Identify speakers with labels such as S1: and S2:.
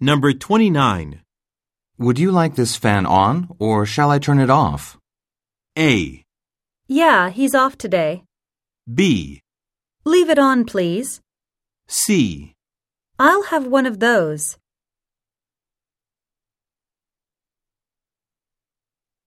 S1: Number 29.
S2: Would you like this fan on, or shall I turn it off?
S1: A.
S3: Yeah, he's off today.
S1: B.
S3: Leave it on, please.
S1: C.
S3: I'll have one of those.